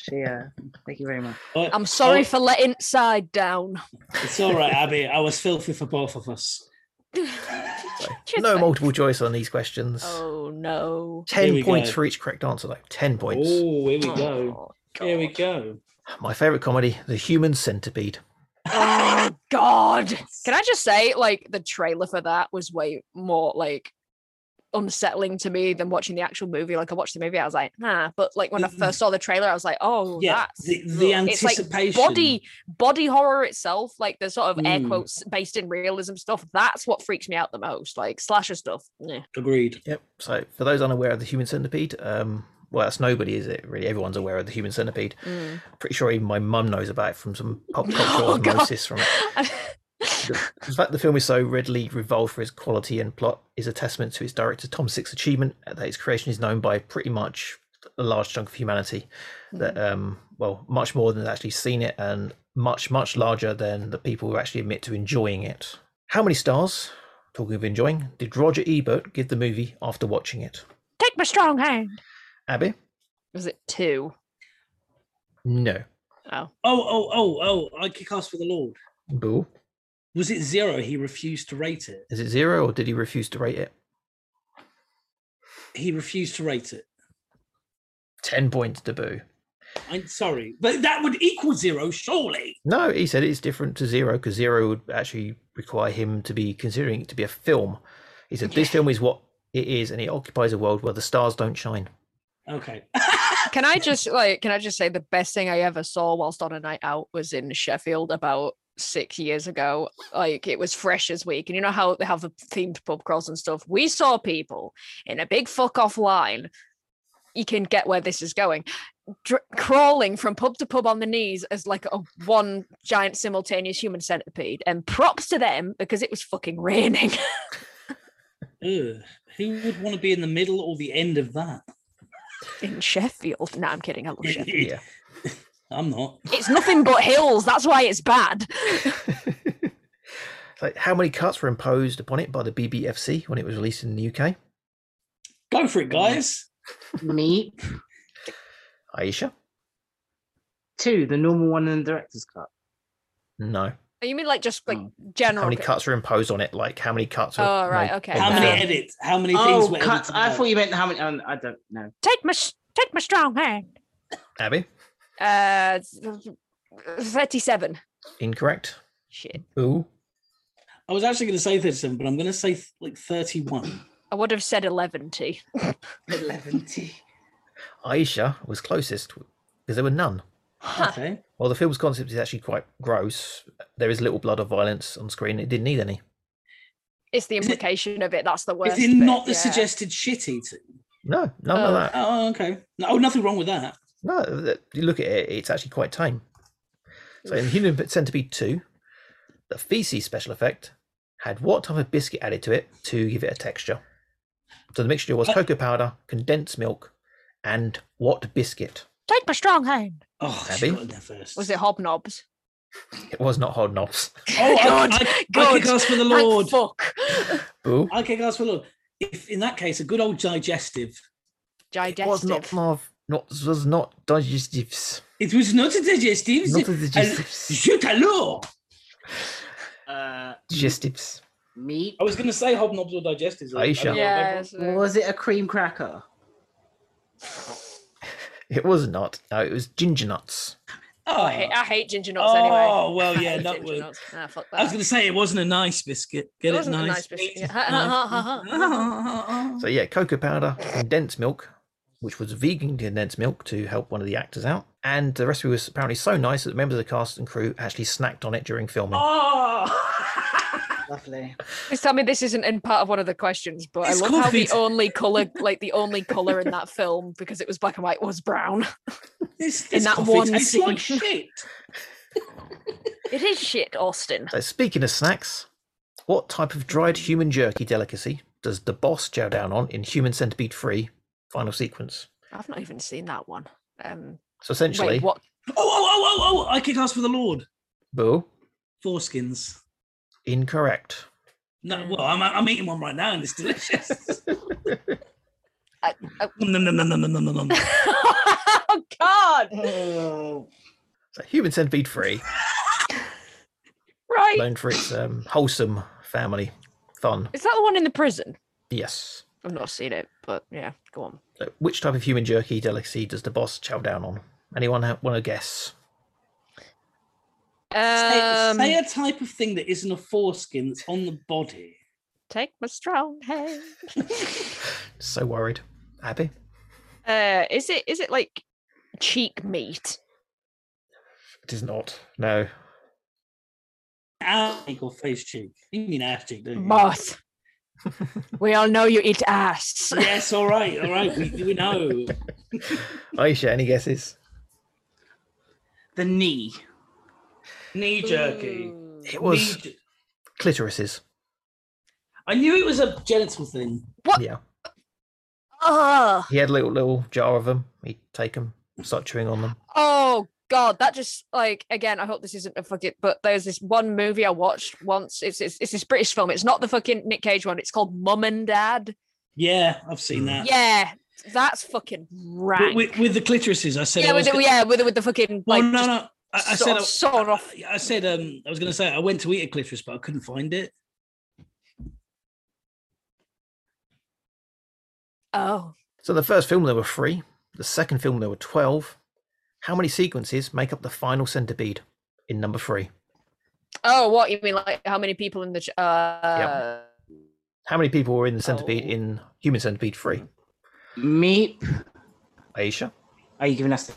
Shia. Thank you very much. Oh, I'm sorry oh, for letting side down. It's all right, Abby. I was filthy for both of us. Just No like- multiple choice on these questions. Oh no. Here 10 we points go. for each correct answer, though. 10 points. Oh, here we go. Oh, Here we God. go. My favourite comedy, The Human Centipede. Oh God! Can I just say, like, the trailer for that was way more like unsettling to me than watching the actual movie. Like, I watched the movie, I was like, nah. But like when I Mm. first saw the trailer, I was like, oh, Yeah, that's the, the ugh. It's, like, anticipation. body body horror itself, like the sort of air Mm. quotes based in realism stuff. That's what freaks me out the most. Like slasher stuff. Yeah. Agreed. Yep. So, for those unaware of The Human Centipede, um, well, that's nobody, is it? Really, everyone's aware of The Human Centipede. Mm. Pretty sure even my mum knows about it from some pop culture *laughs* Oh, God. osmosis from it. The fact the film is so readily revolved for its quality and plot is a testament to its director Tom Six's achievement uh, that its creation is known by pretty much a large chunk of humanity. That Mm. um, well, much more than has actually seen it, and much much larger than the people who actually admit to enjoying it. How many stars? Talking of enjoying, did Roger Ebert give the movie after watching it? Take my strong hand. Abby, *laughs* Was it two? no. Oh. Oh, oh, oh, oh! I kick ass for the Lord. Boo. Was it zero? He refused to rate it. Is it zero, or did he refuse to rate it? He refused to rate it. Ten points to Boo. I'm sorry, but that would equal zero, surely. No, he said it's different to Zero because Zero would actually require him to be considering it to be a film. He said this film is what it is, and it occupies a world where the stars don't shine. Okay. Can I just like can I just say the best thing I ever saw whilst on a night out was in Sheffield about six years ago. Like it was Freshers Week, and you know how they have the themed pub crawls and stuff. We saw people in a big fuck off line. You can get where this is going. Dr- crawling from pub to pub on the knees as like a one giant simultaneous human centipede. And props to them because it was fucking raining. *laughs* Ugh. Who would want to be in the middle or the end of that? in Sheffield. No, I'm kidding. I love Sheffield. *laughs* Yeah. *laughs* I'm not. It's nothing but hills. That's why it's bad. It's like how many cuts were imposed upon it by the BBFC when it was released in the UK? Go for it, guys. Me Aisha, too. The normal one in the director's cut. no. Oh, You mean like just like Mm. general? How many cri- cuts are imposed on it? Like how many cuts? Oh, Are, right, made okay. on How the many film? edits? How many things Oh, were cuts. edited I out? thought you meant how many. Um, I don't know. Take my s- take my strong hand. Abby, Uh, thirty-seven. incorrect. Shit. Ooh, I was actually going to say 37, but I'm going to say th- like 31. I would have said eleven. T. Eleven T. Aisha was closest because there were none. Huh. okay. While the film's concept is actually quite gross, there is little blood or violence on screen. It didn't need any. It's the Is it- implication of it. That's the worst. Is it bit, not the yeah. suggested shit eating? No, none Oh. of that. Oh, okay. No, oh, nothing wrong with that. No, th- you look at it, it's actually quite tame. So in Human Centipede 2, the feces special effect had what type of biscuit added to it to give it a texture? So the mixture was Uh, cocoa powder, condensed milk, and what biscuit? Take my strong hand. Oh, Abby? she got in there first. Was it hobnobs? It was not hobnobs. Oh, God, I, I, I God. kick ass for the Thank Lord. fuck. Boo. I kick ass for the Lord. If in that case, a good old digestive. It was not Digestive. marv, not was not digestives. It was not a digestive. *laughs* Not a a digestives. jutalor. Uh, digestives. meat. I was going to say hobnobs or digestives. I- I Aisha. don't know. Yeah. so- Was it a cream cracker? It was not. No, it was ginger nuts. Oh, Oh, I hate, I hate ginger nuts anyway. oh well, *laughs* I yeah. hate Not, ginger nuts. Nah, fuck that. I was going to say it wasn't a nice biscuit. Get It it, wasn't a nice biscuit, yeah. Nice. *laughs* So yeah, cocoa powder, condensed milk, which was vegan condensed milk to help one of the actors out, and the recipe was apparently so nice that members of the cast and crew actually snacked on it during filming. oh. *laughs* *laughs* Lovely. Please tell me this isn't in part of one of the questions, but It's I love how the coffee. only color, like the only color in that film, because it was black and white, was brown. This, In this that coffee one tastes like scene. shit. It is shit, Austin. So speaking of snacks, what type of dried human jerky delicacy does the boss chow down on in Human Centipede 3 final sequence? I've not even seen that one. Um, So essentially, wait, what? *laughs* Oh, oh, oh, oh, oh! I kick ass for the Lord. boo, Foreskins. incorrect. No, well, I'm, I'm eating one right now, and it's *laughs* delicious. I- I- *laughs* Nom, nom, nom, nom, nom, nom, nom. *laughs* oh God! Oh, So Human Centipede 3, Right? known for its um, wholesome family fun. Is that the one in the prison? Yes. I've not seen it, but yeah, go on. So which type of human jerky delicacy does the boss chow down on? Anyone want to guess? say, Um, say a type of thing that isn't a foreskin that's on the body. take my strong hand. So worried. Abby? uh, is it is it like cheek meat? It is not. No. Ass cheek or face cheek? You mean ass cheek, don't you? Moth. *laughs* we all know you eat ass. Yes, all right, all right. We, we *laughs* know. *laughs* Aisha, any guesses? the knee. Knee jerky. It was Knee jer- clitorises. I knew it was a genital thing. What? Yeah. Ugh. He had a little, little jar of them. He'd take them, start chewing on them. Oh god, that just like again. I hope this isn't a fucking. But there's this one movie I watched once. It's it's, it's this British film. It's not the fucking Nick Cage one. It's called Mum and Dad. Yeah, I've seen Mm. that. Yeah, that's fucking But rank. with, with the clitorises, I said. yeah, I was with the, gonna- yeah, with, with the fucking like. oh, no, just no. I, I sort said. of- I- sort of. I said. Um, I was going to say I went to eat a clitoris, but I couldn't find it. Oh, So the first film, there were three. The second film, there were 12. How many sequences make up the final centipede in number three? oh, what you mean? Like how many people in the? Ch- uh, How many people were in the centipede Oh. in Human Centipede 3? Meat. Aisha? Are you giving us the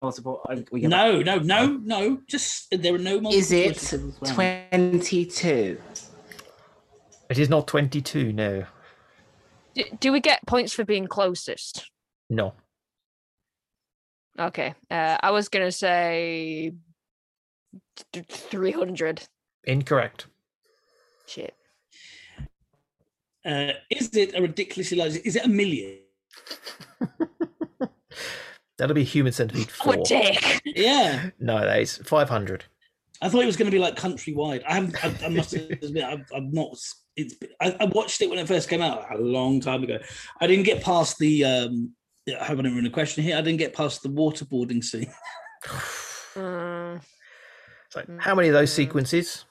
multiple? are we gonna- No, no, no, no. Just there are no more. Is it twenty-two? It is not 22, no. d- do we get points for being closest? No. Okay, uh, I was gonna say three hundred. Incorrect. Shit. Uh, is it a ridiculously large? Is it a million? That'll be Human Centipede 4. Oh, dick. Yeah, no, that is 500. I thought it was going to be like countrywide. I haven't. I, I must admit, I've, I've not. s- It's. I, I watched it when it first came out a long time ago. I didn't get past the. um I hope I didn't ruin a question here. I didn't get past the waterboarding scene. Mm. So, how many of those Mm. sequences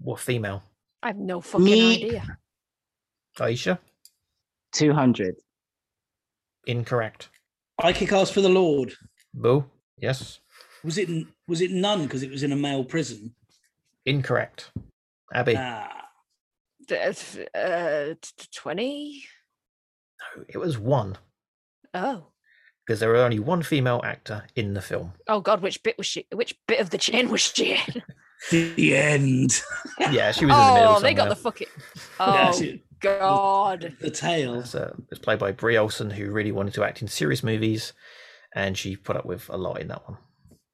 were female? I have no fucking Me- idea. Aisha, 200. incorrect. I kick ass for the Lord. Boo, yes, Was it n- was it none because it was in a male prison? incorrect. Abby, Uh. Ah, D- uh, Uh, twenty. no, it was one Oh, because there were only one female actor in the *laughs* film. oh God! Which bit was she? Which bit of the chain was she in? the end. Yeah, she was in the middle. Oh, they got the somewhere. fucking. Yeah, Oh she- God! the tail. So it's uh, played by Brie Olson, who really wanted to act in serious movies, and she put up with a lot in that one.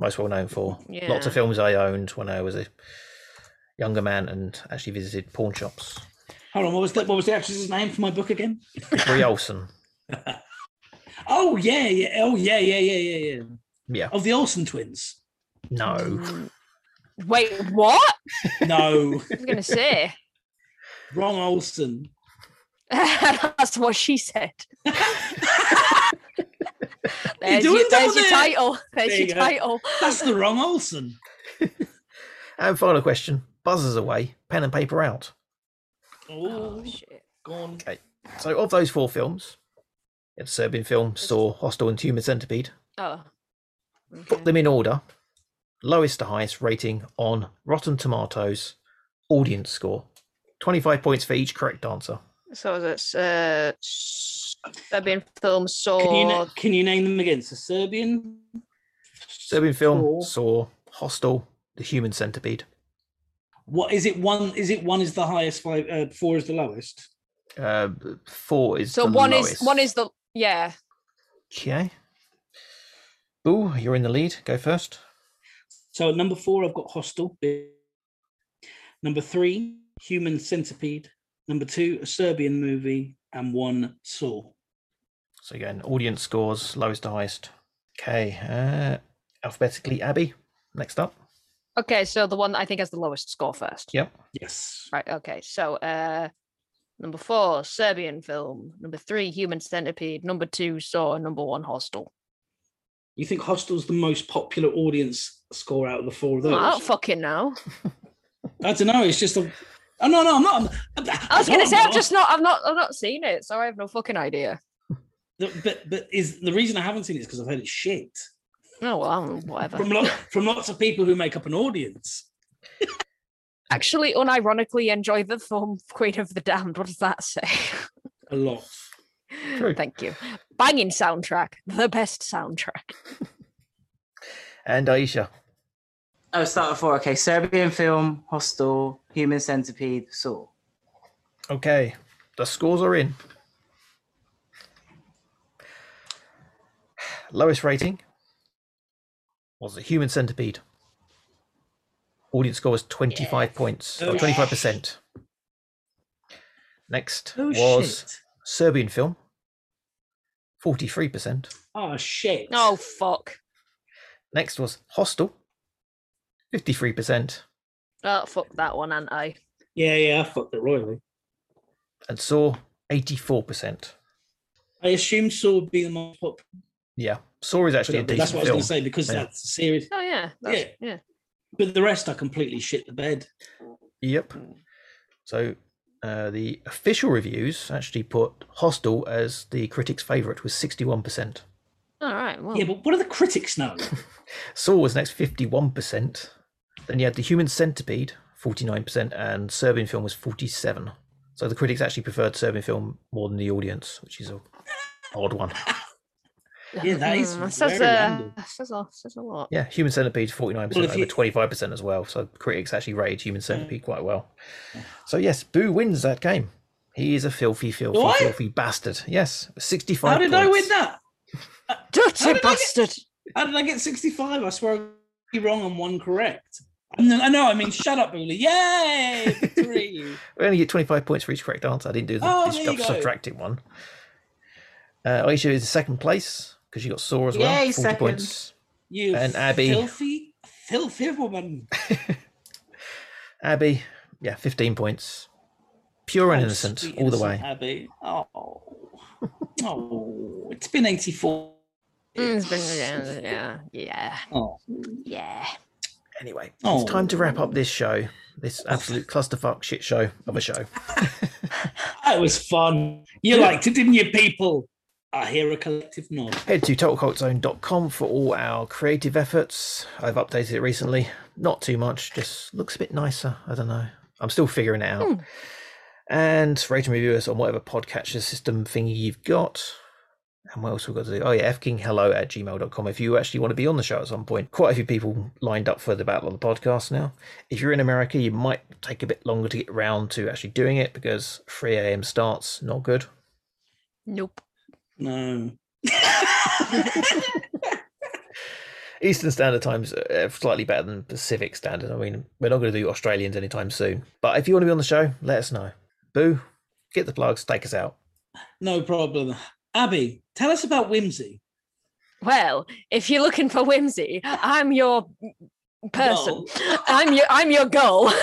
Most well known for lots Yeah. of films I owned when I was a younger man and actually visited pawn shops. Hold on, what was the, what was the actress's name for my book again? *laughs* Brie Olson, Oh yeah, yeah, oh yeah, yeah, yeah, yeah, yeah. yeah, Of the Olsen twins. no, Mm. Wait, what? No, I was gonna say. wrong Olsen. *laughs* That's what she said. *laughs* there's doing your, there's double your there. title. There's There you your go. *laughs* title. That's the wrong Olsen. And final question: buzzers away, pen and paper out. Oh, Oh shit. gone. So, of those four films, if Serbian film saw Hostel and Human Centipede, Oh. put them in order, lowest to highest rating on Rotten Tomatoes audience score. Twenty-five points for each correct answer. So it's uh Serbian film saw Can you, na- can you name them again? So Serbian. Serbian film Cool. saw Hostel, The Human Centipede. What is it? One is it? One is the highest. Five. Uh, four is the lowest. Uh, four is So the one lowest. is one is the yeah. okay. Ooh, you're in the lead. Go first. So at number four, I've got Hostel. big. Number three, Human Centipede. Number two, a Serbian movie, and one Saw. So again, audience scores lowest to highest. Okay, uh, alphabetically, Abby. Next up. Okay, so the one that I think has the lowest score first. Yep. Yes. Right, okay. So uh number four, Serbian film. Number three, Human Centipede. Number two, Saw. Number one, Hostel. You think Hostel's the most popular audience score out of the four of those? I don't fucking know. I don't know. It's just a. Oh no, no, I'm not. I'm, I was no, gonna I'm say I've not. just not I've not I've not seen it, so I have no fucking idea. The- But but is the reason I haven't seen it is because I've heard it's shit Oh well, um, whatever. from lo- from lots of people who make up an audience. Actually, unironically, enjoy the film *laughs* Queen of the Damned. What does that say? *laughs* A lot. True. Thank you. Banging soundtrack, the best soundtrack. And Aisha. Oh, start at four. Okay. Serbian film, Hostel, Human Centipede, Saw. Okay, the scores are in. Lowest rating was the Human Centipede. Audience score was 25 points, or Oh, 25%. Next was shit. Serbian film, 43%. Oh shit. Oh fuck. Next was Hostel, 53%. Oh fuck that one, aren't I? Yeah, yeah. I fucked it royally. And Saw, 84%. I assume Saw would be the most popular. Yeah, Saw is actually a decent That's what I was film. going to say because Yeah. that's a series. Oh yeah. That's, yeah. But the rest, I completely shit the bed. Yep. So uh, the official reviews actually put Hostel as the critics' favourite with 61%. All right. Well. Yeah, but what do the critics *laughs* know? Saw was next 51%. Then you had The Human Centipede, 49%, and Serbian Film was 47 So the critics actually preferred Serbian Film more than the audience, which is a odd one. yeah, that is Mm, says, very uh, random. says, a, says a lot. Yeah, Human Centipede 49% Well, if over you- 25% as well. So critics actually rated Human Centipede quite well. So yes, Boo wins that game. He is a filthy, filthy, I? filthy bastard. Yes, 65 How did I points. win *laughs* that? How Dirty did I get- bastard. How did I get 65? I swear I got wrong on one correct. I know, I, know, I mean, shut up, Booley. Yay! Three. *laughs* We only get 25 points for each correct answer. I didn't do the Oh, the there you sub- go. subtracting one. Uh, Aisha is in second place because you got Saw as well. 40 Yay, second. points. You And Abby. filthy, filthy woman. Abby, yeah, 15 points. Pure and Oh, innocent sweet all the innocent way. Abby. Oh, oh, it's been 84. Mm, it's been- yeah, yeah, Oh, yeah. Anyway, Oh. it's time to wrap up this show, this absolute clusterfuck shit show of a show. That was fun. You liked it, didn't you, people? I hear a collective nod. Head to totalcultzone.com for all our creative efforts. I've updated it recently. Not too much, just looks a bit nicer. I don't know. I'm still figuring it out. And rate and review us on whatever podcatcher system thingy you've got. And what else we've got to do? Oh, yeah, fkinghello at gmail.com if you actually want to be on the show at some point. Quite a few people lined up for the Battle of the Podcast now. If you're in America, you might take a bit longer to get round to actually doing it because 3 a.m. starts. Not good. Nope. No. *laughs* Eastern Standard Time's uh, slightly better than Pacific Standard. I mean, we're not going to do Australians anytime soon. But if you want to be on the show, let us know. Boo, get the plugs, take us out. No problem. Abby, tell us about whimsy. Well, if you're looking for whimsy, I'm your person. Goal. *laughs* I'm your I'm your goal. *laughs*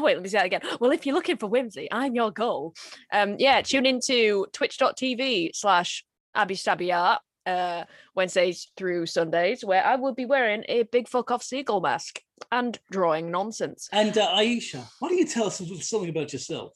Wait, let me say that again. Well, if you're looking for whimsy, I'm your goal. Um, yeah, tune into twitch.tv slash Abby Stabby Art uh, Wednesdays through Sundays, where I will be wearing a big fuck off seagull mask and drawing nonsense. And uh, Aisha, why don't you tell us something about yourself?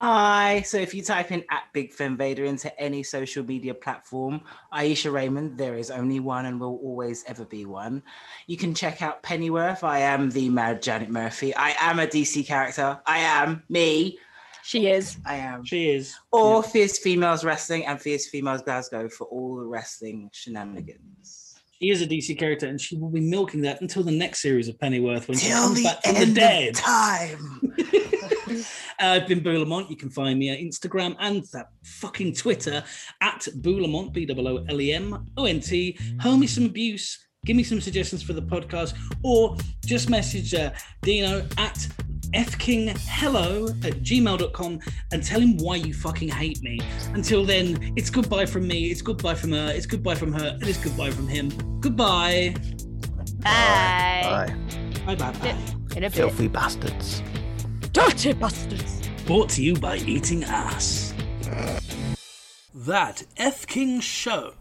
Hi. So if you type in at Big Fem Vader into any social media platform, Aisha Raymond, there is only one and will always ever be one. You can check out Pennyworth. I am the mad Janet Murphy. I am a DC character. I am me. She is. I am. Cheers. Or Fierce Females Wrestling and Fierce Females Glasgow for all the wrestling shenanigans. She is a DC character, and she will be milking that until the next series of Pennyworth when she Till comes the back from end the of dead. time. I've been Boulamont. You can find me at Instagram and that fucking Twitter at Boulamont, B O O L E M O N T. Hurl me some abuse, give me some suggestions for the podcast, or just message uh, Dino at fkinghello at gmail.com and tell him why you fucking hate me. Until then, it's goodbye from me, it's goodbye from her, it's goodbye from her, and it's goodbye from him. Goodbye. Bye. Bye. Bye bye bye. In a bit. Filthy bastards. Dirty bastards. Brought to you by Eating Ass. That F King Show.